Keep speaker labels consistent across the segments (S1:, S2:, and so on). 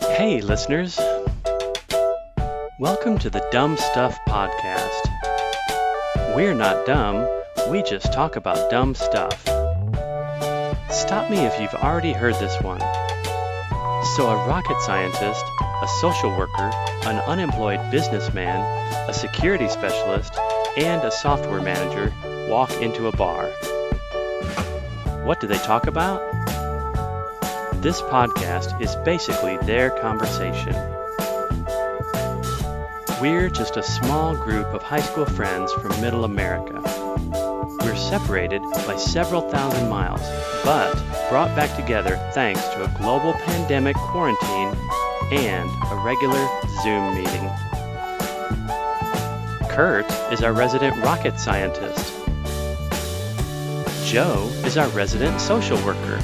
S1: Hey, listeners. Welcome to the Dumb Stuff Podcast. We're not dumb, we just talk about dumb stuff. Stop me if you've already heard this one. So, a rocket scientist, a social worker, an unemployed businessman, a security specialist, and a software manager walk into a bar. What do they talk about? This podcast is basically their conversation. We're just a small group of high school friends from middle America. We're separated by several thousand miles, but brought back together thanks to a global pandemic quarantine and a regular Zoom meeting. Kurt is our resident rocket scientist. Joe is our resident social worker.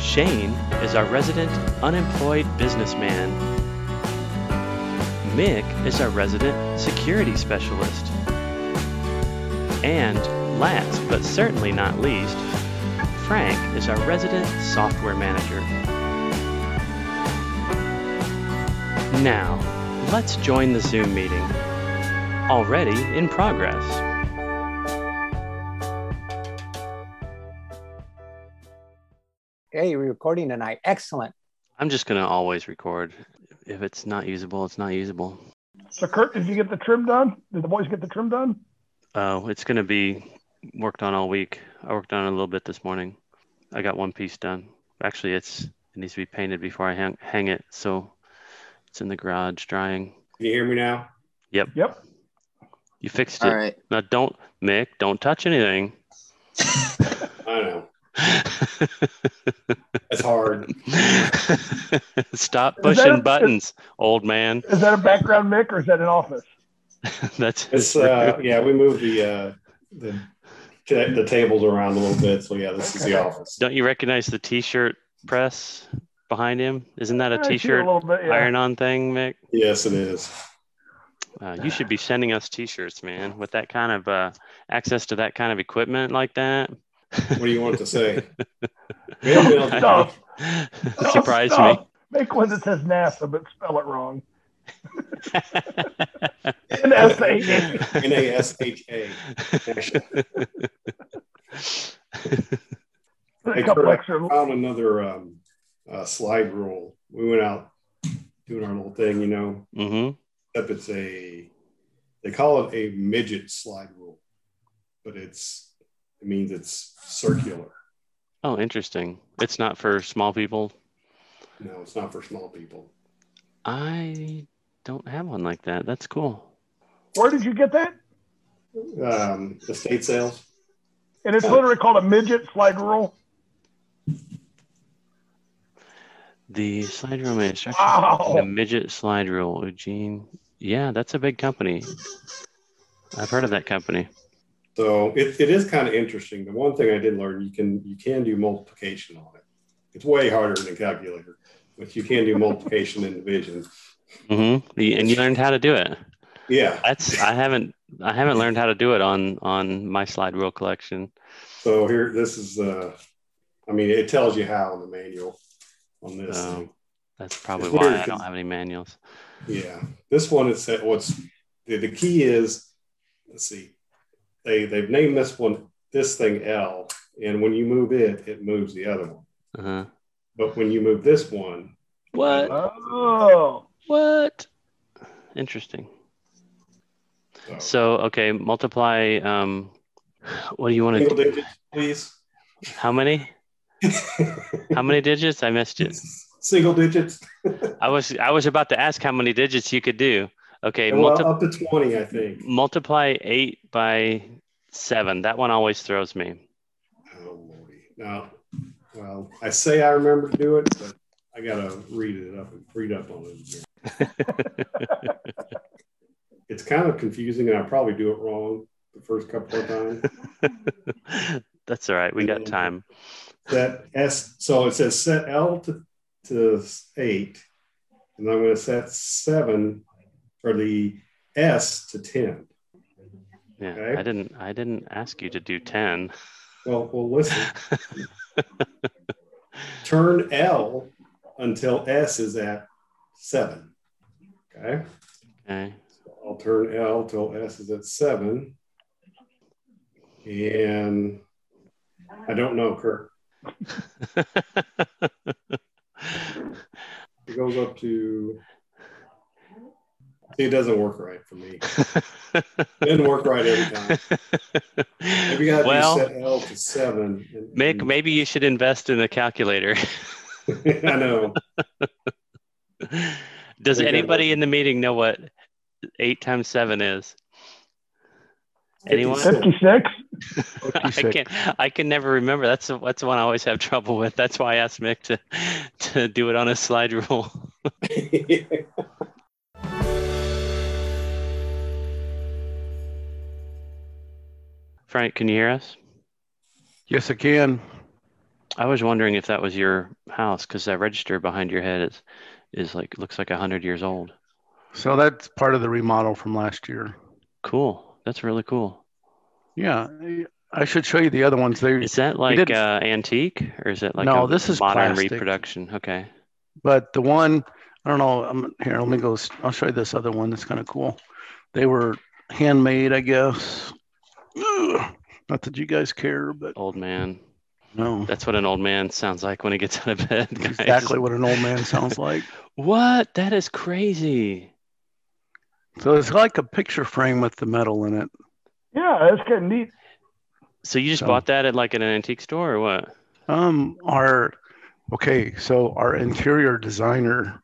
S1: Shane is our resident unemployed businessman. Mick is our resident security specialist. And last but certainly not least, Frank is our resident software manager. Now, let's join the Zoom meeting. Already in progress.
S2: Hey, we're recording tonight. Excellent.
S1: I'm just gonna always record. If it's not usable, it's not usable.
S3: So Kurt, did you get the trim done? Did the boys get the trim done?
S1: Oh, it's gonna be worked on all week. I worked on it a little bit this morning. I got one piece done. Actually, it's it needs to be painted before I hang, hang it, so it's in the garage drying.
S4: Can you hear me now?
S3: Yep.
S1: You fixed it.
S5: All right.
S1: Now don't Mick, don't touch anything.
S4: I know. That's hard.
S1: Stop
S3: Is that
S1: pushing
S3: a-
S1: buttons, old man.
S3: Is that a background mic or is that an office?
S1: That's
S4: It's uh, yeah, we moved the uh, the ta- the tables around a little bit, so yeah, this is the office.
S1: Don't you recognize the t-shirt press behind him? Isn't that a
S3: I see it
S1: t-shirt
S3: A little bit. Yeah.
S1: iron-on thing, Mick?
S4: Yes, it is.
S1: Uh, you should be sending us t-shirts, man. With that kind of uh, access to that kind of equipment like that,
S4: What do you want to say? We haven't been
S3: Dumb
S4: on the-
S3: stuff. Dumb
S1: surprised
S3: stuff. Make one that says NASA but spell it wrong. NASA.
S1: me.
S4: N A S H A.
S3: A couple extra.
S4: Found another um, uh, slide rule. We went out doing our little thing, you know.
S1: hmm
S4: Except it's a they call it a midget slide rule, but it's it means it's circular.
S1: Oh, interesting. It's not for small people.
S4: No, it's not for small people.
S1: I don't have one like that. That's cool.
S3: Where did you get that?
S4: Um, estate sales.
S3: And it's literally called a midget slide rule.
S1: The slide rule manufacturer. The
S3: Wow.
S1: midget slide rule, Eugene. Yeah, that's a big company. I've heard of that company.
S4: So it, it is kind of interesting. The one thing I did learn, you can you can do multiplication on it. It's way harder than a calculator, but you can do multiplication and division.
S1: hmm And you learned how to do it.
S4: Yeah.
S1: That's I haven't I haven't learned how to do it on on my slide rule collection.
S4: So here, this is. Uh, I mean, it tells you how in the manual on this.
S1: Oh.
S4: thing.
S1: That's probably
S4: It's
S1: why
S4: weird
S1: I don't
S4: 'cause-
S1: have any manuals.
S4: Yeah. This one is set. What's the, the key is? Let's see. They they've named this one this thing L, and when you move it, it moves the other one.
S1: Uh-huh.
S4: But when you move this one,
S1: What?
S3: Oh.
S1: What? Interesting.
S4: so,
S1: So okay, multiply. Um, what do you want to
S4: single
S1: do?
S4: digits, please.
S1: How many? How many digits? I missed it.
S4: Single digits.
S1: I was I was about to ask how many digits you could do. Okay,
S4: And well, uh,
S1: multi-
S4: up to 20, I think.
S1: multiply eight by seven. That one always throws me.
S4: Oh, Lordy. Now, well, I say I remember to do it, but I got to read it up and read up on it again. it's kind of confusing, and I probably do it wrong the first couple of times.
S1: That's all right. We got
S4: Mhm.
S1: time.
S4: That S, so it says set L to, to eight, and I'm going to set seven or the S to 10.
S1: Yeah,
S4: Okay.
S1: I didn't I didn't ask you to do ten.
S4: Well, well, listen. Turn L until S is at seven. Okay.
S1: Okay.
S4: So I'll turn L till S is at seven. And I don't know, Kurt. It goes up to. See, it doesn't work right for me. Didn't work right every time. Maybe I have
S1: well,
S4: to set L to seven. and-
S1: Mick,
S4: and-
S1: maybe you should invest in a calculator.
S4: I know.
S1: Does
S4: Yeah.
S1: anybody in the meeting know what eight times seven is? Anyone?
S3: 56?
S1: I can not I can never remember. That's the that's the one I always have trouble with. That's why I asked Mick to to do it on a slide rule.
S4: 56.
S1: Frank, can you hear us?
S5: Yes, I can.
S1: I was wondering if that was your house because that register behind your head is is like looks like hundred years old.
S5: So that's part of the remodel from last year.
S1: Cool. That's really cool.
S5: Yeah, I should show you the other ones. They,
S1: Is that like
S5: did-
S1: uh, antique or is it like
S5: No,
S1: a
S5: this is
S1: modern
S5: plastic.
S1: reproduction? Okay.
S5: but the one I don't know. I'm here. Let me go. s- I'll show you this other one. That's kind of cool. They were handmade, I guess. Ugh, Not that you guys care, but
S1: Old man.
S5: no,
S1: That's what an old man sounds like when he gets out of bed. guys.
S5: exactly what an old man sounds like.
S1: What? That is crazy.
S5: So it's like a picture frame with the metal in it.
S3: Yeah, that's kind of neat.
S1: So you just
S5: So-
S1: bought that at like an antique store or what?
S5: Um, our okay. So our interior designer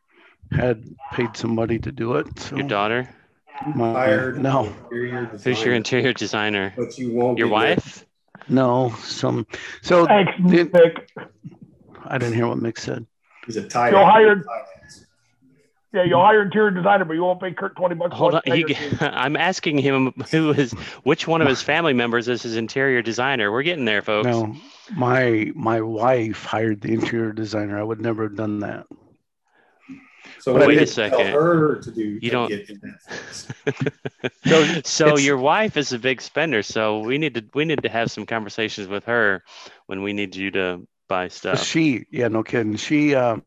S5: had paid somebody to do it. So
S1: Your daughter?
S5: my-
S4: Hired
S5: No,
S4: interior
S1: Who's your
S4: designer,
S1: interior designer?
S4: But you won't.
S1: Your
S4: be there.
S1: wife?
S5: no. Some. So
S3: Thanks,
S5: Did-
S3: Nick.
S5: I didn't hear what Mick said.
S4: He's a tight.
S3: You're
S4: end.
S3: hired. Yeah, you'll hire interior designer, but you won't pay Kurt 20 bucks.
S1: Hold on.
S3: once.
S1: You, I'm asking him who is which one of his family members is his interior designer. We're getting there, folks.
S5: No, my my wife hired the interior designer. I would never have done that.
S4: So
S5: Wait
S4: we
S5: a
S4: didn't
S1: second.
S4: Tell her to do. to
S1: don't-
S4: Get in that.
S1: so,
S5: it's-
S1: your wife is a big spender, so we need to we need to have some conversations with her when we need you to buy stuff.
S5: She, yeah, no kidding. She, um,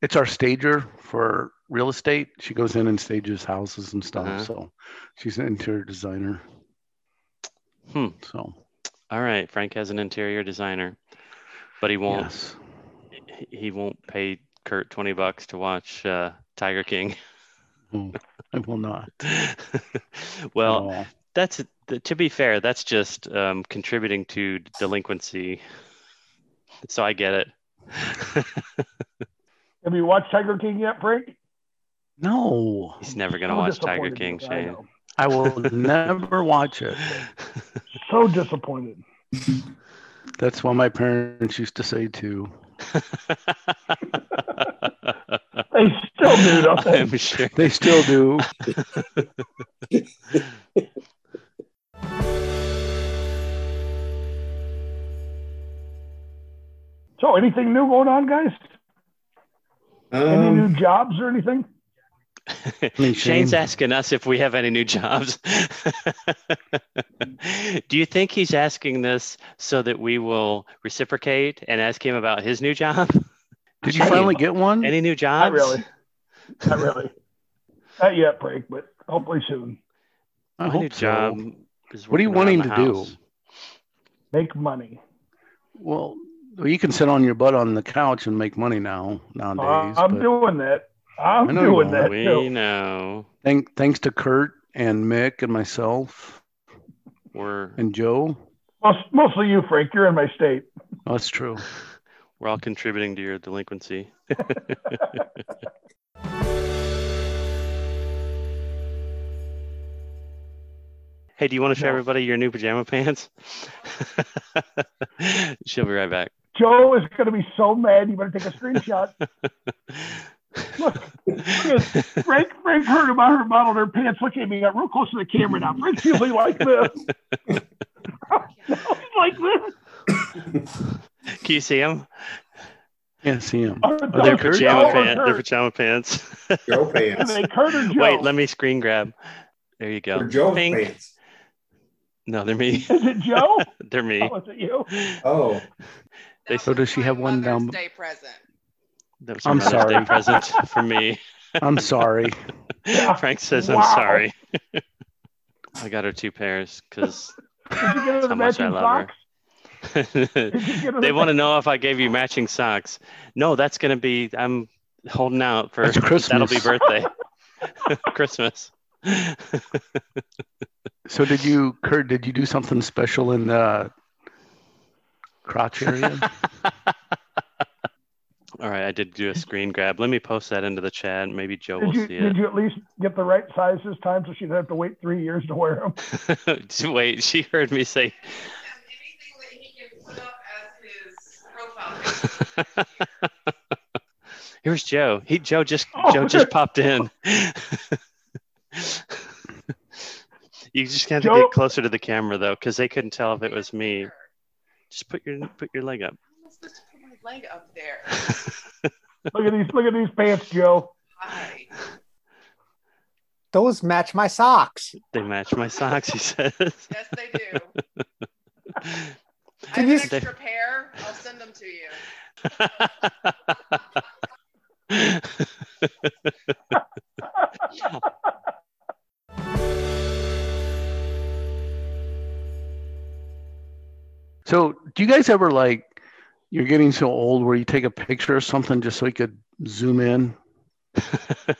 S5: it's our stager for real estate. She goes in and stages houses and stuff.
S1: Uh-huh.
S5: So she's an interior designer.
S1: Hmm.
S5: So
S1: All right, Frank has an interior designer, but he won't
S5: yes,
S1: he won't pay Kurt twenty bucks to watch uh, Tiger King.
S5: No, I will not.
S1: well,
S5: at all.
S1: that's th- to be fair that's just um, contributing to delinquency so i get it
S3: Have you watched Tiger King yet, Frank?
S5: no,
S1: he's never going to
S3: So
S1: watch tiger
S3: disappointed
S1: king
S3: in you, I
S1: shane
S3: know.
S5: I will never watch it.
S3: So disappointed.
S5: That's what my parents used to say too.
S3: They still do nothing.
S1: i'm sure
S5: They still do.
S3: So, anything new going on, guys? Any new
S4: Um,
S3: jobs or anything?
S5: mean,
S1: shane's
S5: Shane-
S1: asking us if we have any new jobs do you think he's asking this so that we will reciprocate and ask him about his new job
S5: Did you
S1: Hey,
S5: finally get one?
S1: any new jobs
S3: Not really. Not really. Not yet, Frank, but hopefully soon.
S5: I
S1: my new
S5: hope so.
S1: job is
S5: What are you
S1: working around
S5: wanting
S1: the
S5: to do?
S1: house.
S3: Make money.
S5: Well, well, you can sit on your butt on the couch and make money now nowadays.
S3: Uh, I'm
S5: but
S3: doing that. I'm
S5: I know you
S3: doing
S5: are.
S3: that.
S1: we
S3: too.
S1: know
S5: thank, thanks to Kurt and Mick and myself
S1: we're
S5: and Joe.
S3: Most- mostly you, Frank. You're in my state.
S5: Oh, that's true.
S1: we're all contributing to your delinquency. hey, do you want to show
S3: No.
S1: everybody your new pajama pants? She'll be right back.
S3: Joe is going to be so mad. You better take a screenshot. Look, Frank, Frank heard about her model. Her pants. Look at me. I got real close to the camera now. Frank's usually like this. He's like this.
S1: Can you see them?
S5: Yeah, see him.
S3: Are
S5: they
S1: Their
S5: Kurt?
S1: pajama
S5: Joe or
S1: pants. Their pajama pants.
S4: Joe
S3: Are
S4: pants.
S3: they Kurt or Joe?
S1: Wait, let me screen grab. There you
S4: Or
S1: go.
S4: Joe
S1: Pink.
S4: pants.
S1: No, they're me.
S3: Is it Joe?
S1: They're me.
S3: oh, is it you?
S4: Oh,
S1: They-
S5: So does she
S6: My
S5: have one
S6: Mother's
S5: down-
S6: Day present.
S1: That was
S5: I'm
S1: another
S5: sorry.
S1: birthday present for me.
S5: I'm sorry.
S3: Yeah.
S1: Frank says,
S3: Wow.
S1: I'm sorry. I got her two pairs because
S3: Did you get her
S1: That's
S3: the
S1: how much I
S3: matching
S1: love her.
S3: socks? Did you get her
S1: they
S3: the-
S1: want to know if I gave you matching socks. No, that's going to be, I'm holding out for
S5: That's
S1: that'll be
S5: Christmas.
S1: birthday, Christmas.
S5: So did you, Kurt? Did you do something special in the crotch area?
S1: All right, I did do a screen grab. Let me post that into the chat. and Maybe Joe will
S3: Did you,
S1: see
S3: did you at least get the right size this time so she didn't have to wait three years to wear them?
S1: it. Wait, she heard me say,
S6: everything that he can put up as his profile picture.
S1: here's Joe. He Joe just
S3: Oh,
S1: Joe just popped in. you just have to
S3: Joe-
S1: get closer to the camera though, because they couldn't tell if it was me. Just put your put your leg up.
S6: I'm not supposed to put my leg up there.
S3: Look at these, look at these pants, Joe.
S6: Hi.
S2: Those match my socks.
S1: They match my socks, he says.
S6: Yes, they do. I
S2: Did
S6: have
S2: you-
S6: an extra pair. I'll send them to you.
S5: so do you guys ever like? You're getting so old where you take a picture of something just so you could zoom in.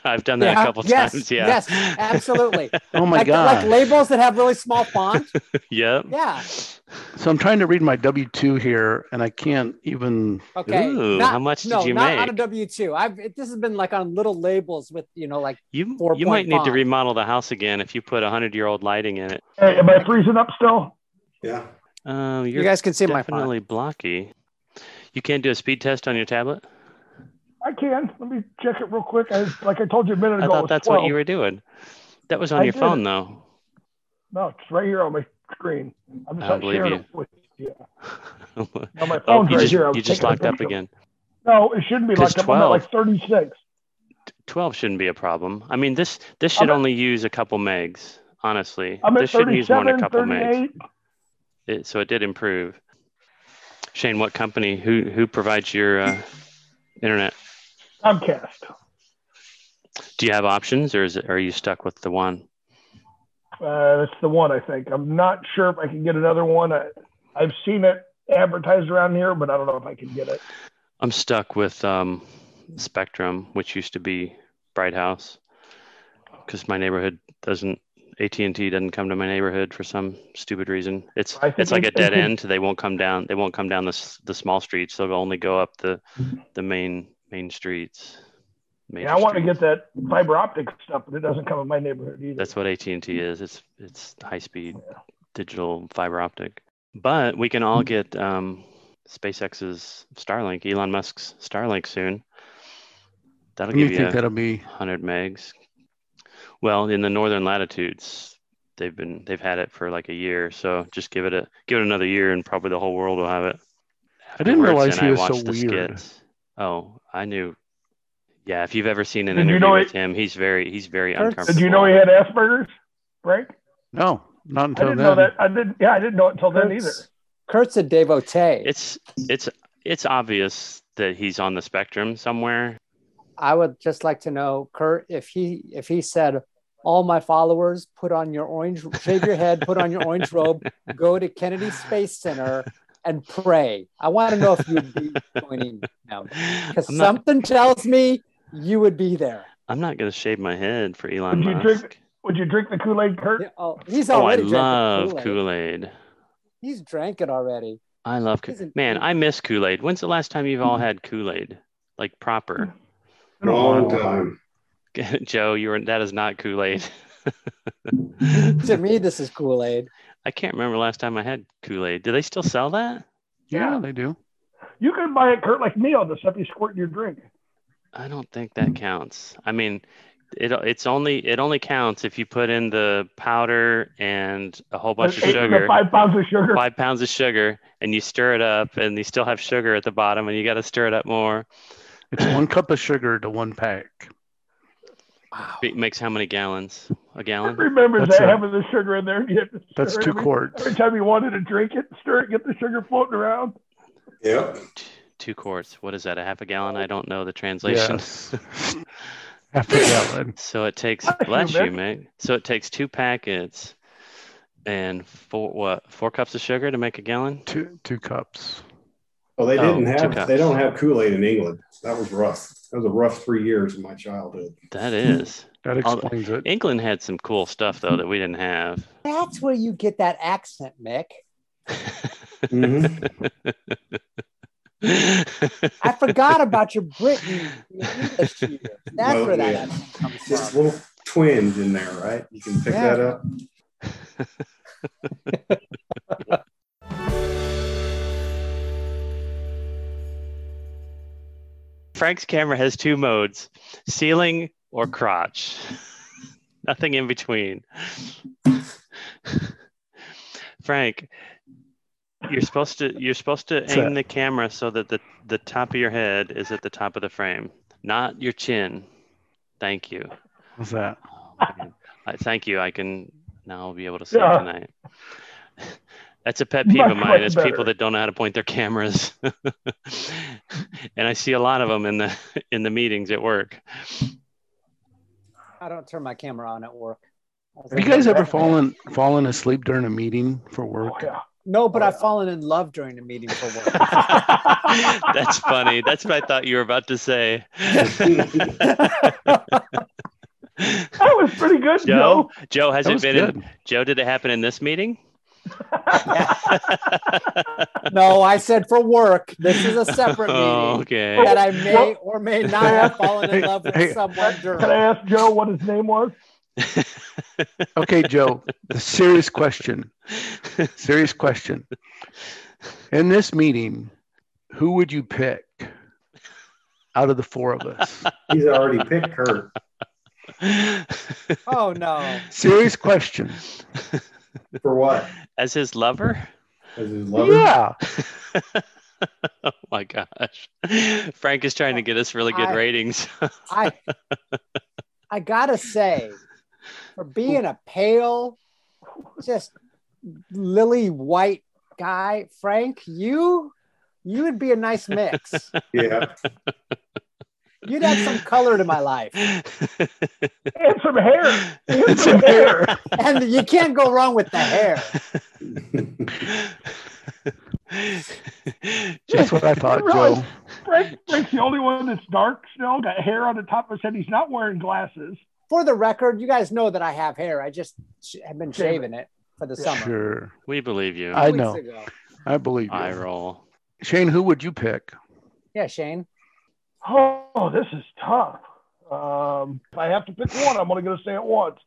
S1: I've done that a
S2: Yeah.
S1: couple
S2: Yes,
S1: times. Yeah.
S2: Yes, absolutely.
S5: Oh my
S2: like,
S5: god!
S2: like labels that have really small font.
S1: Yep.
S2: Yeah.
S5: so I'm trying to read my W two here, and I can't even.
S2: Okay.
S1: Ooh,
S2: Not-
S1: how much
S2: no,
S1: did you
S2: not
S1: make?
S2: on a W two. I've it, this has been like on little labels with you know like
S1: You
S2: four
S1: you
S2: point
S1: might need to
S2: font.
S1: remodel the house again if you put a hundred year old lighting in it.
S3: Hey, am I freezing up still?
S4: Yeah.
S1: Um,
S2: you
S1: you're
S2: guys can see my font.
S1: definitely blocky. You can't do a speed test on your tablet.
S3: I can. Let me check it real quick. I, like I told you a minute
S1: I
S3: ago, it
S1: thought
S3: was
S1: that's
S3: 12.
S1: what you were doing. That was on
S3: I
S1: your
S3: did.
S1: phone though.
S3: No, it's right here on my screen.
S1: I
S3: I'm just
S1: don't
S3: not
S1: believe
S3: sharing
S1: you.
S3: it with you.
S1: oh,
S3: No, my
S1: you
S3: phone's right
S1: just,
S3: here. I was
S1: you just
S3: taking a
S1: locked up
S3: picture.
S1: again.
S3: No, it shouldn't be
S1: 'Cause
S3: locked up. I'm at
S1: 12.
S3: like 36.
S1: Twelve shouldn't be a problem. I mean this this should
S3: I'm at-
S1: only use a couple megs. Honestly,
S3: I'm at
S1: this should use more than a
S3: 37,
S1: couple megs.
S3: 38.
S1: It, so it did improve. Shane, what company who who provides your uh, internet?
S3: Comcast.
S1: Do you have options, or is it, are you stuck with the one?
S3: Uh, that's the one I think. I'm not sure if I can get another one. I, I've seen it advertised around here, but I don't know if I can get it.
S1: I'm stuck with um, Spectrum, which used to be Bright House, because my neighborhood doesn't. AT and T doesn't come to my neighborhood for some stupid reason. It's
S3: I think
S1: it's like a
S3: it's-
S1: dead
S3: it's-
S1: end. They won't come down. They won't come down the s- the small streets. They'll only go up the the main main streets.
S3: Mm-hmm. Yeah, I want to
S1: to
S3: get that fiber optic stuff, but it doesn't come in my neighborhood either.
S1: That's what AT and T
S5: Mm.
S1: is. It's it's high speed digital fiber optic. But we can
S5: Mm.
S1: all get um, SpaceX's Starlink, Elon Musk's Starlink soon. That'll
S5: Do you
S1: give you
S5: think
S1: a
S5: that'll be?
S1: 100 megs. Well, in the northern latitudes, they've been they've had it for like a year. So just give it a give it another year, and probably the whole world will have it.
S5: I didn't
S1: Afterwards,
S5: realize
S1: and
S5: he
S1: I
S5: was so
S1: watched the
S5: weird.
S1: skits. Oh, I knew. Yeah, if you've ever seen an
S3: Did you
S1: interview
S3: know
S1: with
S3: it-
S1: him, he's very he's very
S2: Did you
S1: uncomfortable.
S3: Did you know he had Asperger's, Frank?
S5: No, not
S3: I
S5: until
S3: didn't
S5: then.
S3: know that. I didn't. Yeah, I didn't know it until then either.
S2: Kurt's, Kurt's a devotee.
S1: it's it's it's obvious that he's on the spectrum somewhere.
S2: I would just like to know, Kurt, if he if he said, "All my followers, put on your orange, shave your head, put on your orange robe, go to Kennedy Space Center and pray." I want to know if you'd be joining them because
S1: I'm not,
S2: something tells me you would be there.
S1: I'm not gonna shave my head for Elon
S3: Would you
S1: Musk.
S3: drink- Would you drink the Kool Aid, Kurt?
S2: Yeah, Oh, he's
S1: oh, I
S2: already drank the
S1: love
S2: Kool-Aid.
S1: Kool Aid.
S2: He's drank it already.
S1: I love Kool
S2: Isn't-
S1: Man, I miss Kool Aid. When's the last time you've all
S2: Mm-hmm.
S1: had Kool Aid? Like proper.
S4: Long time.
S2: Hmm.
S1: Joe, you were that is not Kool Aid.
S2: to me, this is Kool Aid.
S1: I can't remember last time I had Kool Aid. Do they still sell that?
S5: Yeah, they do.
S3: You can buy it, Kurt, like me on the stuff you squirt in your drink.
S1: I don't think that counts. I mean, it it's only it only counts if you put in the powder and a whole bunch of
S3: Eight-
S1: sugar,
S3: Five pounds of sugar.
S1: five pounds of sugar, and you stir it up, and you still have sugar at the bottom, and you got to stir it up more.
S5: It's one cup of sugar to one pack.
S1: It makes how many gallons? A
S3: Remember
S1: gallon?
S3: remembers
S5: That's
S3: that
S5: a-
S3: having the sugar in there. You have to
S5: That's
S3: stir
S5: two
S3: every,
S5: quarts.
S3: every time you wanted to drink it, stir it, get the sugar floating around.
S4: Yep.
S1: two quarts. What is that? A half a gallon? I don't know the translation.
S5: Yes. Half a gallon.
S1: So it takes
S3: Bless you,
S1: bless you,
S3: Mick.
S1: mate. So it takes two packets and four what four cups of sugar to make a gallon.
S5: Two two cups.
S4: Well, they
S1: Oh,
S4: didn't
S1: two
S4: have
S1: cups.
S4: they don't have Kool Aid in England. That was rough. That was a rough three years of my childhood.
S1: That is.
S5: That
S1: All-
S5: explains it.
S1: England had some cool stuff though that we didn't have.
S2: That's where you get that accent, Mick.
S1: Mm-hmm.
S4: Mhm.
S2: I forgot about your Britain your English years. That's
S4: Well,
S2: where that
S4: yeah.
S2: accent comes
S4: Just
S2: from.
S4: a little twinge in there, right? You can pick
S2: Yeah.
S4: that up.
S1: Frank's camera has two modes: ceiling or crotch. Nothing in between. Frank, you're supposed to you're supposed to
S5: What's
S1: aim
S5: that?
S1: the camera so that the, the top of your head is at the top of the frame, not your chin. Thank you.
S5: What's that?
S1: Oh, man. I, thank you. I can now I'll be able to sleep
S3: Yeah.
S1: tonight. That's a pet peeve of
S3: Much,
S1: mine.
S3: much
S1: It's people
S3: better.
S1: that don't know how to point their cameras, and I see a lot of them in the in the meetings at work.
S2: I don't turn my camera on at work. I was
S5: Have you
S2: like,
S5: guys ever
S2: "What?"
S5: fallen fallen asleep during a meeting for
S3: Oh,
S5: work?
S3: yeah.
S2: No, but I've fallen in love during a meeting for work.
S1: That's funny. That's what I thought you were about to say.
S3: That was pretty good,
S1: Joe,
S3: Joe.
S1: Joe, has
S5: That
S1: it
S5: was
S1: been?
S5: good.
S1: In, Joe, did it happen in this meeting?
S2: no, I said for work. This is a separate
S5: Oh,
S2: meeting
S1: okay.
S2: that I may or may not have fallen in love with
S5: Hey,
S2: someone
S3: Can I
S2: during.
S3: ask Joe what his name was?
S5: Okay, Joe. The serious question. Serious question. In this meeting, who would you pick out of the four of us?
S4: He's already picked Kurt.
S2: Oh no.
S5: Serious question.
S4: For what?
S1: As his lover?
S4: As his lover?
S5: Yeah.
S1: oh my gosh. Frank is trying to get us really good
S2: I-
S1: ratings.
S2: I I gotta say, for being a pale, just lily white guy, Frank, you you would be a nice mix.
S4: Yeah.
S2: You'd add some color to my life,
S3: And some hair. And
S5: It's
S3: some
S5: in there.
S3: hair.
S2: and you can't go wrong with the hair.
S5: That's what I thought,
S3: Really?
S5: Joe.
S3: Frank, Frank's the only one that's dark still, got hair on the top of his head. He's not wearing glasses.
S2: For the record, you guys know that I have hair. I just sh- have been
S3: Shave it.
S2: shaving it for the summer.
S5: Sure.
S1: we believe you.
S5: I
S2: Weeks
S5: know.
S2: ago.
S5: I believe
S1: I
S5: you.
S1: roll.
S5: Shane, who would you pick?
S2: Yeah, Shane.
S3: Oh, this is tough. Um, if I have to pick one, I'm only going to say it once.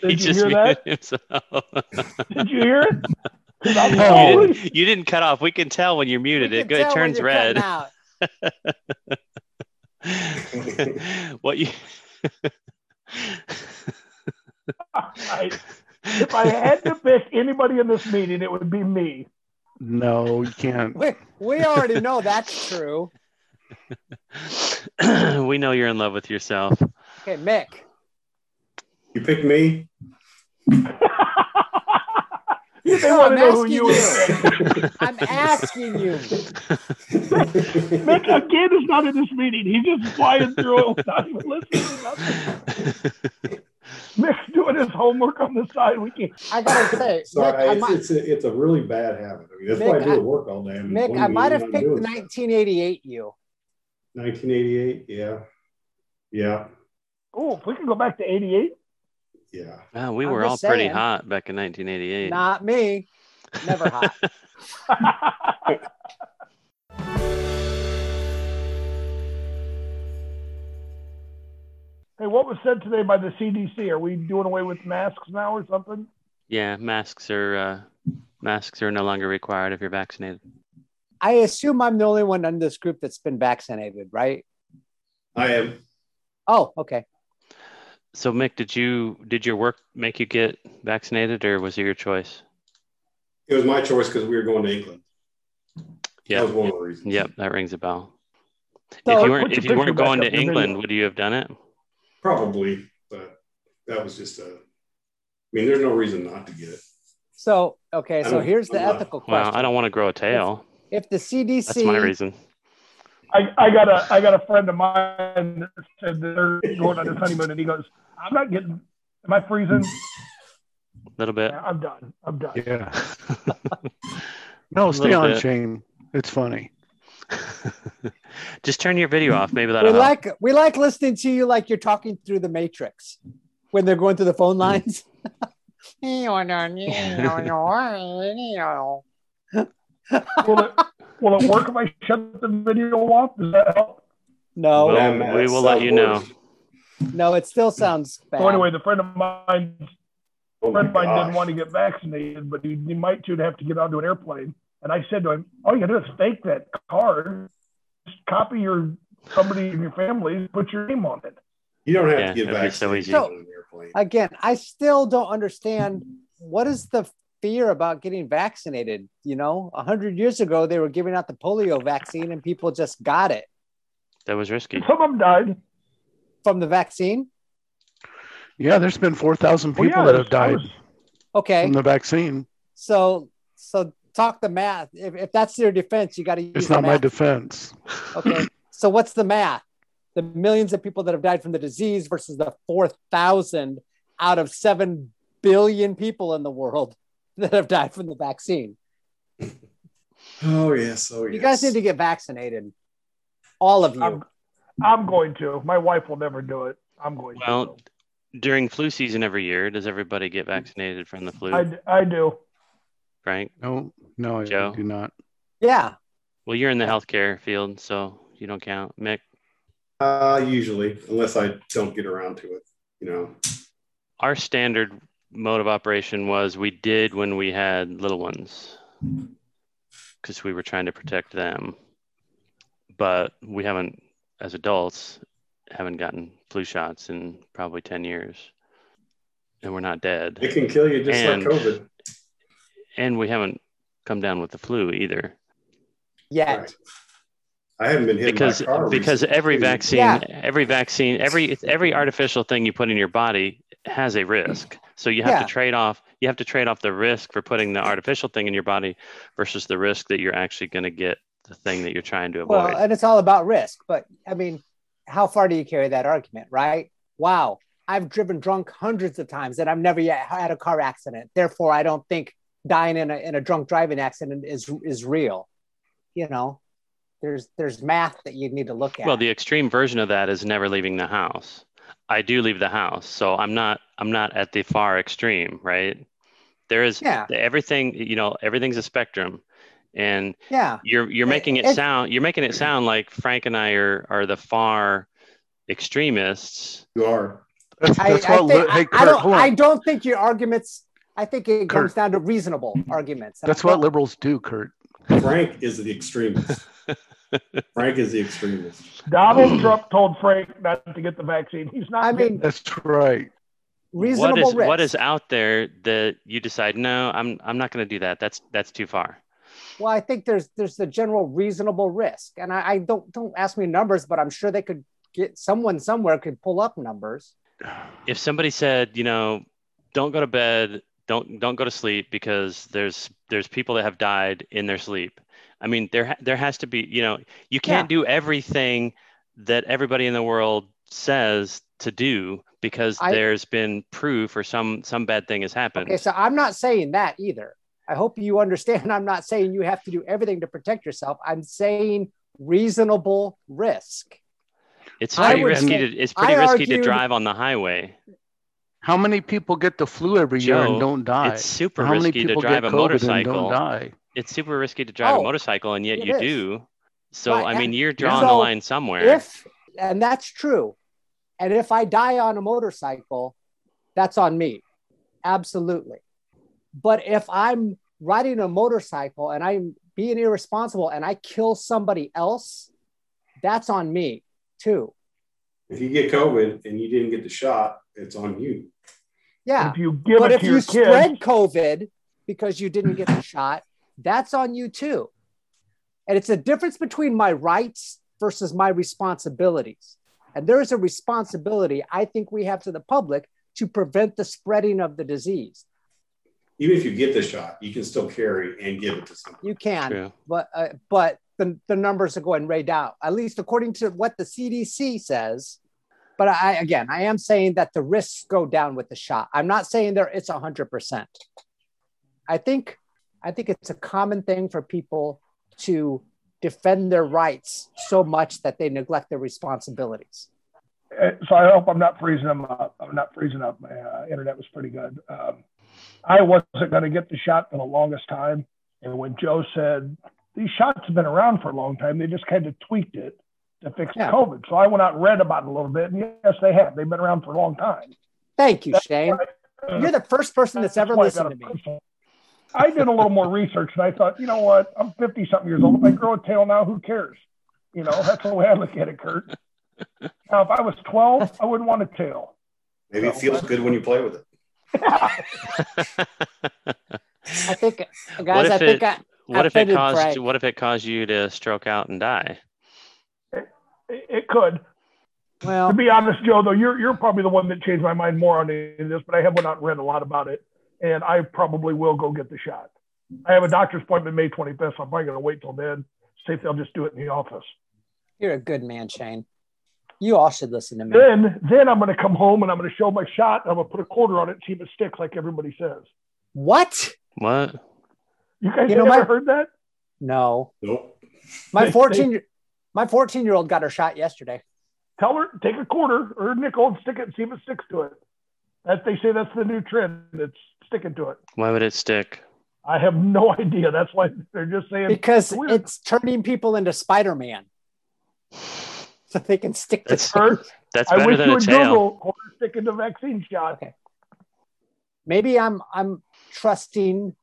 S3: Did you hear
S1: muted
S3: that?
S1: himself.
S3: Did you hear it? 'Cause I'm
S5: No.
S1: Oh, you,
S3: always-
S1: didn't, you didn't cut off. We can tell when you're muted.
S2: We
S1: It,
S2: can
S1: go-
S2: tell
S1: it
S2: when
S1: turns
S2: you're cutting
S1: red.
S2: out.
S1: what you?
S3: I- if I had to pick anybody in this meeting, it would be me.
S5: No, you can't.
S2: We, we already know that's true.
S1: we know you're in love with yourself.
S2: Okay, Mick.
S4: You picked me?
S3: they
S2: No,
S3: want to
S2: I'm
S3: know who
S2: asking
S3: you are.
S2: I'm asking you.
S3: Mick again is not in this meeting. He's just flying through it without even listening to nothing. Mick's doing his homework on the side. We can't.
S2: I gotta say, Mick,
S4: Sorry,
S2: I
S4: it's,
S2: might,
S4: it's, a, it's a really bad habit. I mean, that's why I
S2: Mick,
S4: do
S2: I-
S4: the work all day. I'm in
S2: Mick,
S4: one
S2: I might have
S4: meeting, I'm
S2: picked the
S4: doing
S2: 1988
S4: stuff.
S2: you.
S4: 1988. Yeah. Yeah.
S3: Oh, if we can go back to '88.
S4: Yeah.
S1: Wow, we
S2: I'm
S1: were
S2: just
S1: all pretty
S2: saying.
S1: hot back in 1988.
S2: Not me. Never hot.
S3: Hey, what was said today by the CDC? Are we doing away with masks now or something?
S1: Yeah, masks are uh, masks are no longer required if you're vaccinated.
S2: I assume I'm the only one in this group that's been vaccinated, right?
S4: I am.
S2: Oh, okay.
S1: So Mick, did you did your work make you get vaccinated, or was it your choice?
S4: It was my choice because we were going to England. That
S1: Yep,
S4: was one of the reasons.
S1: yep, that rings a bell.
S2: So,
S1: if you
S3: put
S1: weren't
S3: your
S1: if you
S3: picture
S1: weren't
S3: back
S1: going
S3: up,
S1: to
S3: your
S1: England,
S3: video.
S1: would you have done it?
S4: Probably, but that was just a. I mean, there's no reason not to get it.
S2: so okay, so
S4: I'm-
S2: here's the
S4: I'm not-
S2: ethical question.
S1: Well, I don't want to grow a tail.
S2: if the CDC
S1: That's my reason.
S3: I, I got a I got a friend of mine that said they're going on this honeymoon, and he goes, "I'm not getting. Am I freezing?
S1: A little bit.
S3: Yeah, I'm done. I'm done."
S5: Yeah. No, stay
S1: Little
S5: on,
S1: bit.
S5: Shane. It's funny.
S1: Just turn your video off. Maybe
S2: we
S1: that'll help.
S2: like we like listening to you like you're talking through the matrix when they're going through the phone
S5: Mm-hmm.
S2: lines.
S3: Will it Will it work if I shut the video off? Does that help?
S2: No,
S1: Well,
S4: Damn, man,
S1: we
S4: that
S1: will let
S4: sounds
S1: you know.
S4: worse.
S2: no, it still sounds bad.
S3: So anyway, the friend of mine,
S4: Oh my
S3: friend of mine
S4: gosh.
S3: didn't want to get vaccinated, but he, he might to to have to get onto an airplane. And I said to him, "All you gotta do is fake that card, just copy your somebody in your family, put your name on it."
S4: You don't have
S1: Yeah,
S4: to get
S1: that'd be so
S4: vaccinated
S1: easy.
S4: on an airplane.
S2: Again, I still don't understand what is the fear about getting vaccinated. You know, a hundred years ago they were giving out the polio vaccine and people just got it
S1: That was risky.
S3: Some of them died.
S2: from the vaccine.
S5: Yeah, there's been 4,000
S2: Oh,
S5: people
S3: Well, yeah,
S5: that have
S3: I
S5: died
S3: was-
S2: Okay,
S5: from the vaccine.
S2: so so talk the math. If, if that's their defense, you got to use.
S5: It's
S2: the
S5: not my
S2: math.
S5: defense.
S2: Okay. So what's the math? The millions of people that have died from the disease versus the 4,000 out of 7 billion people in the world that have died from the vaccine.
S4: Oh yes, oh yes. Um,
S2: You guys need to get vaccinated. All of you.
S3: I'm, I'm going to. My wife will never do it. I'm going
S1: Well,
S3: to.
S1: during flu season every year, does everybody get vaccinated from the flu,
S3: I, I do.
S1: Frank?
S5: No, no, I
S1: Joe?
S5: do not.
S2: yeah.
S1: Well, you're in the healthcare field, so you don't count. Mick,
S4: Uh, usually, unless I don't get around to it, you know.
S1: our standard mode of operation was we did when we had little ones because we were trying to protect them. But we haven't, as adults, haven't gotten flu shots in probably 10 years. And we're not dead.
S4: It can kill you just
S1: And-
S4: like COVID.
S1: and we haven't come down with the flu either
S2: Yet.
S4: Right. I haven't been hit
S1: because
S4: by a car
S1: because
S4: recently, Mm-hmm.
S1: every
S4: too.
S1: vaccine
S2: Yeah.
S1: every vaccine every every artificial thing you put in your body has a risk so you have
S2: Yeah.
S1: to trade off you have to trade off the risk for putting the artificial thing in your body versus the risk that you're actually going to get the thing that you're trying to avoid
S2: Well, uh, and it's all about risk. But I mean, how far do you carry that argument, right? Wow. I've driven drunk hundreds of times and I've never yet had a car accident. Therefore, I don't think dying in a, in a drunk driving accident is is real. You know, there's there's math that you need to look at.
S1: Well, the extreme version of that is never leaving the house. I do leave the house, so I'm not I'm not at the far extreme, right? There is
S2: Yeah.
S1: everything, you know, everything's a spectrum. And
S2: yeah.
S1: you're you're making it
S2: It-
S1: sound you're making it sound like Frank and I are are the far extremists.
S4: you are.
S5: That's,
S2: I,
S5: that's
S2: I,
S5: what,
S2: think,
S5: li- hey,
S2: I-
S5: Kurt,
S2: I don't
S5: hold on.
S2: I don't think your arguments I think it
S5: Kurt.
S2: comes down to reasonable arguments. And
S5: that's
S2: I
S5: what
S2: don't-
S5: liberals do, Kurt.
S4: Frank is the extremist. Frank is the extremist.
S3: Donald Trump told Frank not to get the vaccine. He's not.
S2: I
S3: getting
S2: mean
S5: That's right.
S2: reasonable
S1: what is
S2: risk.
S1: what is out there that you decide, no, I'm I'm not gonna do that. That's that's too far.
S2: Well, I think there's there's the general reasonable risk, and I, I don't don't ask me numbers, but I'm sure they could get someone somewhere could pull up numbers.
S1: if somebody said, you know, don't go to bed, don't don't go to sleep because there's there's people that have died in their sleep. I mean, there ha- there has to be, you know, you can't do everything that everybody in the world says to do because
S2: I-
S1: there's been proof or some some bad thing has happened.
S2: Okay, so I'm not saying that either. I hope you understand. I'm not saying you have to do everything to protect yourself. I'm saying reasonable risk.
S1: it's
S2: I
S1: pretty
S2: would
S1: risky.
S2: say-
S1: to, it's pretty
S2: I
S1: risky to
S2: argued-
S1: drive on the highway.
S5: How many people get the flu every year
S1: Joe,
S5: and don't die?
S1: It's super
S5: How many
S1: risky to
S5: people
S1: drive
S5: get
S1: a
S5: COVID and don't
S1: motorcycle.
S5: die?
S1: It's super risky to drive a
S2: Oh,
S1: motorcycle, and yet
S2: it
S1: you
S2: is.
S1: do. So
S2: Right,
S1: I
S2: and-
S1: mean, you're drawing the
S2: So,
S1: line somewhere.
S2: If and that's true, and if I die on a motorcycle, that's on me, absolutely. But if I'm riding a motorcycle and I'm being irresponsible and I kill somebody else, that's on me too.
S4: If you get COVID and you didn't get the shot, it's on you.
S2: Yeah.
S3: If you give
S2: but
S3: it
S2: if
S3: to
S2: you
S3: your kids,
S2: spread COVID because you didn't get the shot, that's on you too. And it's a difference between my rights versus my responsibilities. And there is a responsibility I think we have to the public to prevent the spreading of the disease.
S4: even if you get the shot, you can still carry and give it to someone.
S2: You can,
S1: True.
S2: but uh, but the, the numbers are going right out, at least according to what the CDC says. But I again, I am saying that the risks go down with the shot. I'm not saying there it's hundred percent. I think I think it's a common thing for people to defend their rights so much that they neglect their responsibilities.
S3: Uh, so I hope I'm not freezing them up. I'm not freezing up. My uh, internet was pretty good. Um, I wasn't going to get the shot for the longest time. And when Joe said, these shots have been around for a long time, they just kind of tweaked it to fix
S2: Yeah.
S3: COVID. So I went out and read about it a little bit. And yes, they have. They've been around for a long time.
S2: Thank you, Shane.
S3: Uh,
S2: You're the first person that's ever
S3: why I got
S2: listened to
S3: a
S2: me.
S3: personal- I did a little more research and I thought, you know what? I'm 50 something years old. If I grow a tail now, who cares? You know, that's the way I look at it, Kurt. Now, if I was 12, I wouldn't want a tail.
S4: Maybe it feels good when you play with it.
S2: I think,
S1: What
S2: guys,
S1: if
S2: I
S1: it-
S2: think I,
S1: what
S2: I
S1: if it
S2: fitted
S1: caused
S2: Frank.
S1: what if it caused you to stroke out and die?
S3: It, it could.
S2: well,
S3: To be honest, Joe, though, you're, you're probably the one that changed my mind more on any of this, but I have not read a lot about it. And I probably will go get the shot. I have a doctor's appointment May 25th. So I'm probably going to wait till then, see if they'll just do it in the office.
S2: You're a good man, Shane. You all should listen to me.
S3: Then, then I'm going to come home and I'm going to show my shot. And I'm going to put a quarter on it and see if it sticks, like everybody says.
S2: What?
S1: What?
S3: You guys
S2: You know,
S3: never
S2: my-
S3: heard that?
S2: No.
S4: Nope.
S2: My
S3: They-
S2: 14 year my 14 year old got her shot yesterday.
S3: Tell her take a quarter or a nickel and stick it and see if it sticks to it. That they say that's the new trend. It's sticking to it.
S1: Why would it stick?
S3: I have no idea. That's why they're just saying
S2: Because
S3: Weird.
S2: it's turning people into Spider-Man. So they can stick to
S1: That's
S3: Kurt,
S1: that's
S3: I
S1: better
S3: wish
S1: than
S3: you
S1: a
S3: would
S1: tail.
S3: Google quarter sticking to vaccine shot.
S2: maybe I'm I'm trusting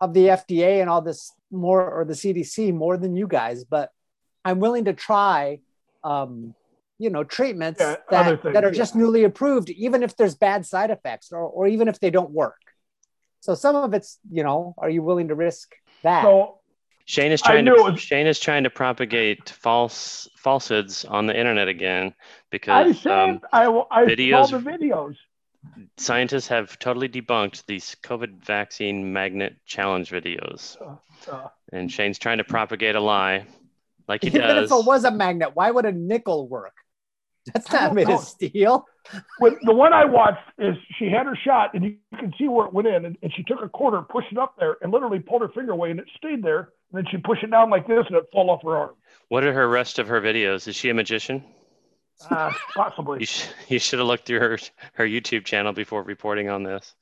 S2: of the FDA and all this more or the CDC more than you guys, but I'm willing to try um you know treatments
S3: Yeah, other
S2: that,
S3: things,
S2: that are
S3: yeah.
S2: just newly approved, even if there's bad side effects or, or even if they don't work. So some of it's, you know, are you willing to risk that?
S3: So
S1: Shane is
S3: I
S1: trying
S3: knew
S1: to
S3: it was-
S1: Shane is trying to propagate false falsehoods on the internet again
S3: I
S1: because
S3: said
S1: um,
S3: I will. I
S1: videos-
S3: saw the videos.
S1: scientists have totally debunked these COVID vaccine magnet challenge videos,
S3: Uh,
S1: and Shane's trying to propagate a lie, like he
S2: even
S1: does.
S2: if it was a magnet, why would a nickel work? That's
S3: I
S2: not
S3: don't
S2: made
S3: know.
S2: of steel.
S3: when, the one I watched is she had her shot and you can see where it went in and, and she took a quarter, pushed it up there, and literally pulled her finger away and it stayed there. And then she pushed it down like this and it fell off her arm.
S1: What are her rest of her videos? Is she a magician?
S3: Uh,
S1: You,
S3: possibly.
S1: sh- you should have looked through her her YouTube channel before reporting on this.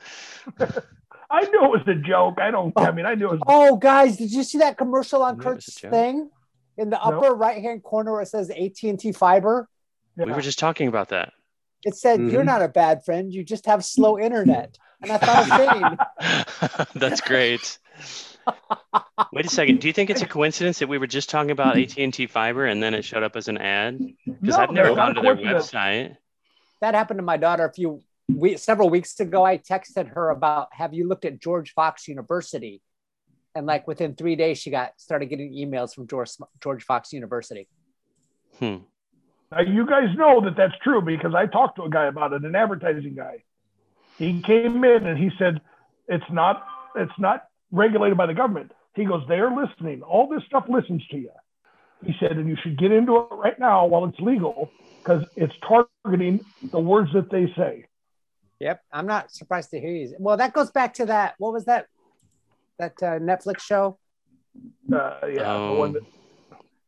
S3: I knew it was a joke. I don't. I mean, I knew it was.
S2: Oh, guys, did you see that commercial
S1: That
S2: on
S1: was
S2: Kurt's
S1: a joke.
S2: thing? In the
S3: No.
S2: upper right-hand corner where it says AT&T Fiber,
S1: We were just talking about that.
S2: it said,
S4: Mhm.
S2: "You're not a bad friend. You just have slow internet." And I thought of Shane.
S1: That's great. Wait a second. Do you think it's a coincidence that we were just talking about AT and T Fiber and then it showed up as an ad? Because
S3: No,
S1: I've never
S3: no,
S1: gone
S3: not
S1: to their
S3: coincidence.
S1: website.
S2: That happened to my daughter a few we, several weeks ago. I texted her about, "Have you looked at George Fox University?" And like within three days, she got started getting emails from George George Fox University.
S1: Hmm.
S3: Now, you guys know that that's true because I talked to a guy about it, an advertising guy. He came in and he said, "It's not. It's not regulated by the government." He goes, "They are listening. All this stuff listens to you." He said, "And you should get into it right now while it's legal because it's targeting the words that they say."
S2: Yep, I'm not surprised to hear you. Well, that goes back to that. What was that? That uh, Netflix show?
S3: Uh, yeah, the one
S1: Um,
S3: that,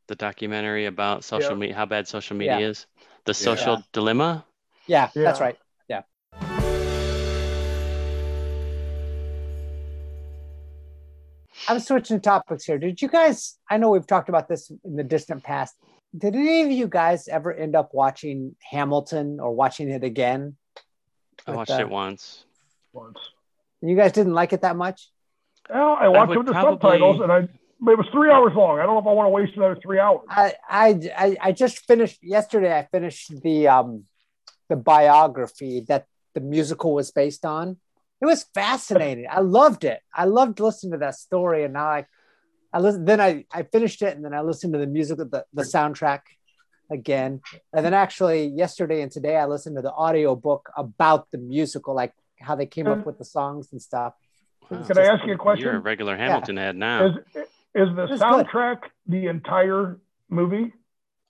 S1: the documentary about social
S3: Yeah.
S1: media, how bad social media
S2: Yeah.
S1: is, the social
S2: Yeah.
S1: dilemma.
S2: Yeah, that's
S3: Yeah.
S2: right. I'm switching topics here. Did you guys? I know we've talked about this in the distant past. Did any of you guys ever end up watching Hamilton or watching it again?
S1: I
S2: With
S1: watched
S2: that.
S1: it once.
S3: once.
S2: You guys didn't like it that much?
S3: Well, I watched
S1: would
S3: it with the
S1: probably-
S3: subtitles, and I it was three hours long. I don't know if I want to waste another three hours.
S2: I I I, I just finished yesterday. I finished the um the biography that the musical was based on. It was fascinating. I loved it. I loved listening to that story, and now I I listen. Then I I finished it, and then I listened to the music the the soundtrack again, and then actually yesterday and today I listened to the audio book about the musical, like how they came up with the songs and stuff.
S1: Wow.
S3: Can I ask you a question?
S1: You're a regular Hamilton head now.
S3: Is is the
S2: That's good.
S3: soundtrack the entire movie?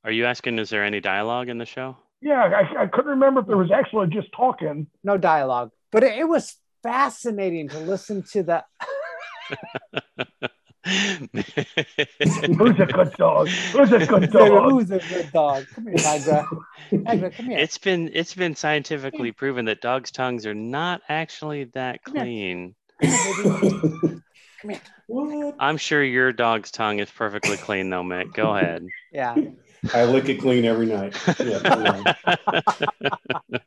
S1: Are you asking, is there any dialogue in the show?
S3: Yeah, I, I couldn't remember if there was actually just talking.
S2: no dialogue. But it, it was fascinating to listen to the
S3: Who's a good dog? Who's a good dog?
S2: who's a good dog. Come here, Nigra. Nigra, come here.
S1: It's been it's been scientifically proven that dogs' tongues are not actually that
S2: here.
S1: clean.
S2: Come here.
S4: What?
S1: I'm sure your dog's tongue is perfectly clean though, Mick. Go ahead.
S2: yeah.
S4: I lick it clean every night. Yeah, I know.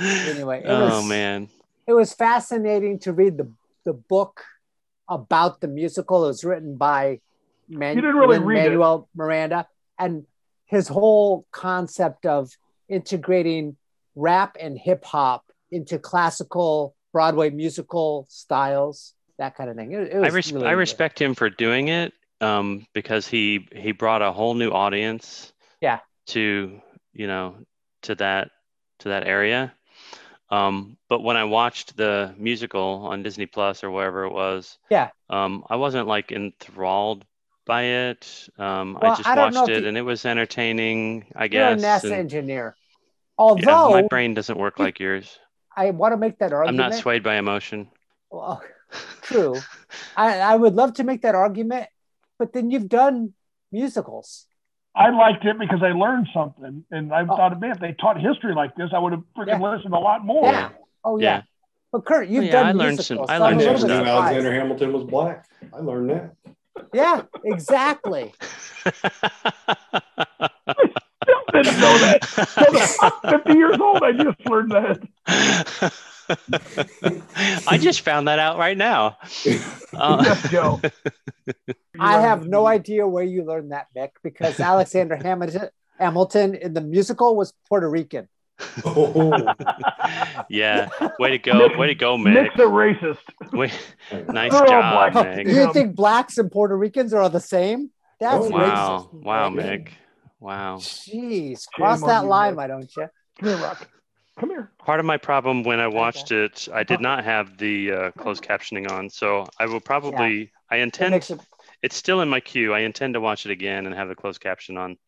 S2: Anyway, it
S1: oh
S2: was-
S1: man.
S2: It was fascinating to read the the book about the musical. It was written by Man-
S3: You didn't really read it.
S2: Manuel Miranda, and his whole concept of integrating rap and hip hop into classical Broadway musical styles, that kind of thing. It, it
S1: I,
S2: was
S1: res-
S2: really
S1: I
S2: good.
S1: respect him for doing it um, because he he brought a whole new audience.
S2: Yeah.
S1: To you know to that to that area. Um, but when I watched the musical on Disney Plus or wherever it was,
S2: Yeah.
S1: um, I wasn't like enthralled by it. Um,
S2: Well,
S1: I just
S2: I don't know
S1: watched
S2: if
S1: it
S2: you-
S1: and it was entertaining. I
S2: You're a
S1: guess.
S2: NASA
S1: and-
S2: engineer.
S1: yeah,
S2: Although
S1: my brain doesn't work like yours.
S2: I want to make that
S1: I'm
S2: argument.
S1: not swayed by emotion.
S2: Well, true. I, I would love to make that argument, but then you've done musicals.
S3: I liked it because I learned something, and I
S2: Oh.
S3: thought, man, if they taught history like this, I would have freaking listened a lot more.
S2: Yeah. Oh yeah.
S1: Yeah.
S2: But Kurt, you've
S1: Oh, yeah,
S2: done
S1: I learned some-
S2: musicals.
S1: I
S2: so I'm
S1: learned
S4: I
S2: a
S4: never
S2: little
S1: some
S4: knew
S2: bit surprised.
S4: Alexander Hamilton was black. I learned that.
S2: Yeah, exactly.
S3: Didn't know that. Till I'm 50 years old, I just learned that.
S1: I just found that out right now. Uh,
S3: Yes, Joe.
S2: I have no idea where you learned that, Mick, because Alexander Hamilton Hamilton in the musical was Puerto Rican.
S4: Oh,
S1: yeah, way to go, way to go, Mick.
S3: Nick's a racist.
S1: Way, nice
S4: Oh,
S3: They're all
S1: job,
S3: black.
S2: Do
S1: Mick.
S2: you think blacks and Puerto Ricans are the same? That's
S4: Oh,
S1: Wow,
S2: racist,
S1: wow,
S4: Mick.
S1: Mick. Wow.
S2: Jeez, cross
S3: on
S2: that
S3: you,
S2: line,
S3: Mick.
S2: why don't you?
S3: Come here, Rock. Come here.
S1: Part of my problem when I watched it, I did not have the uh, closed captioning on, so I will probably. I
S2: It
S1: intend.
S2: makes it,
S1: it's still in my queue. I intend to watch it again and have the closed caption on,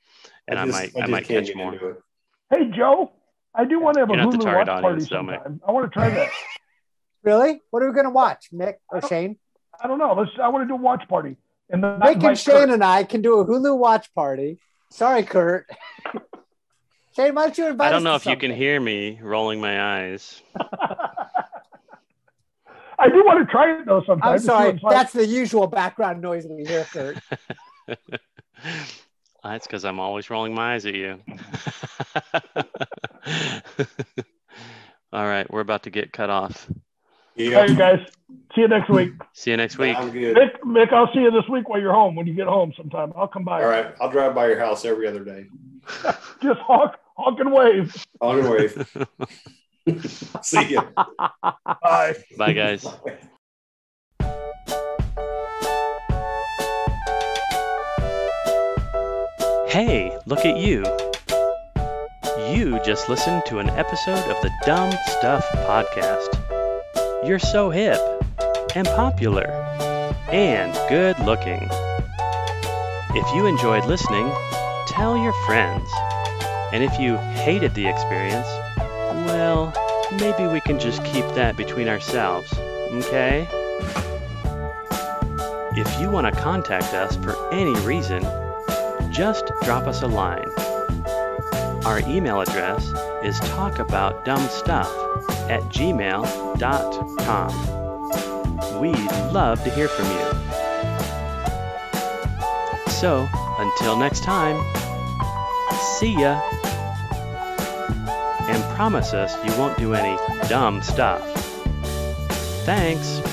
S1: and I,
S4: just-
S1: might. I,
S4: just
S1: might
S4: can't
S1: catch
S4: get
S1: more.
S4: into it.
S3: Hey, Joe. I do want to have
S1: You're
S3: a
S1: not the
S3: Hulu
S1: target
S3: watch party
S1: audience, though, Mick.
S3: sometime. I want to try that.
S2: really? What are we gonna watch, Mick or
S3: Oh.
S2: Shane?
S3: I don't know. Let's. I want to do a watch party. And then
S2: Mick and Shane and I can do a Hulu watch party. Sorry, Kurt. Shane, why don't you invite
S1: I
S2: us
S1: don't know
S2: to
S1: if you can
S2: something?
S1: hear me rolling my eyes.
S3: I do want to try it though sometime.
S2: I'm
S3: to see what
S2: sorry.
S3: it's like.
S2: That's the usual background noise we hear, Kurt.
S1: That's because I'm always rolling my eyes at you. All right, we're about to get cut off.
S3: All right,
S4: Yeah,
S3: you guys. See you next week.
S1: See you next week.
S4: I'm good.
S3: Mick, Mick, I'll see you this week while you're home. When you get home, sometime I'll come by.
S4: All right, I'll drive by your house every other day.
S3: Just honk, honk and wave.
S4: On your way. See ya.
S3: Bye.
S1: Bye, guys. Hey, look at you. You just listened to an episode of the Dumb Stuff Podcast. You're so hip and popular and good looking. If you enjoyed listening, tell your friends. And if you hated the experience, well, maybe we can just keep that between ourselves, okay? If you want to contact us for any reason, just drop us a line. Our email address is talkaboutdumbstuff at gmail.com. We'd love to hear from you. So, until next time, see ya! And promise us you won't do any dumb stuff. Thanks!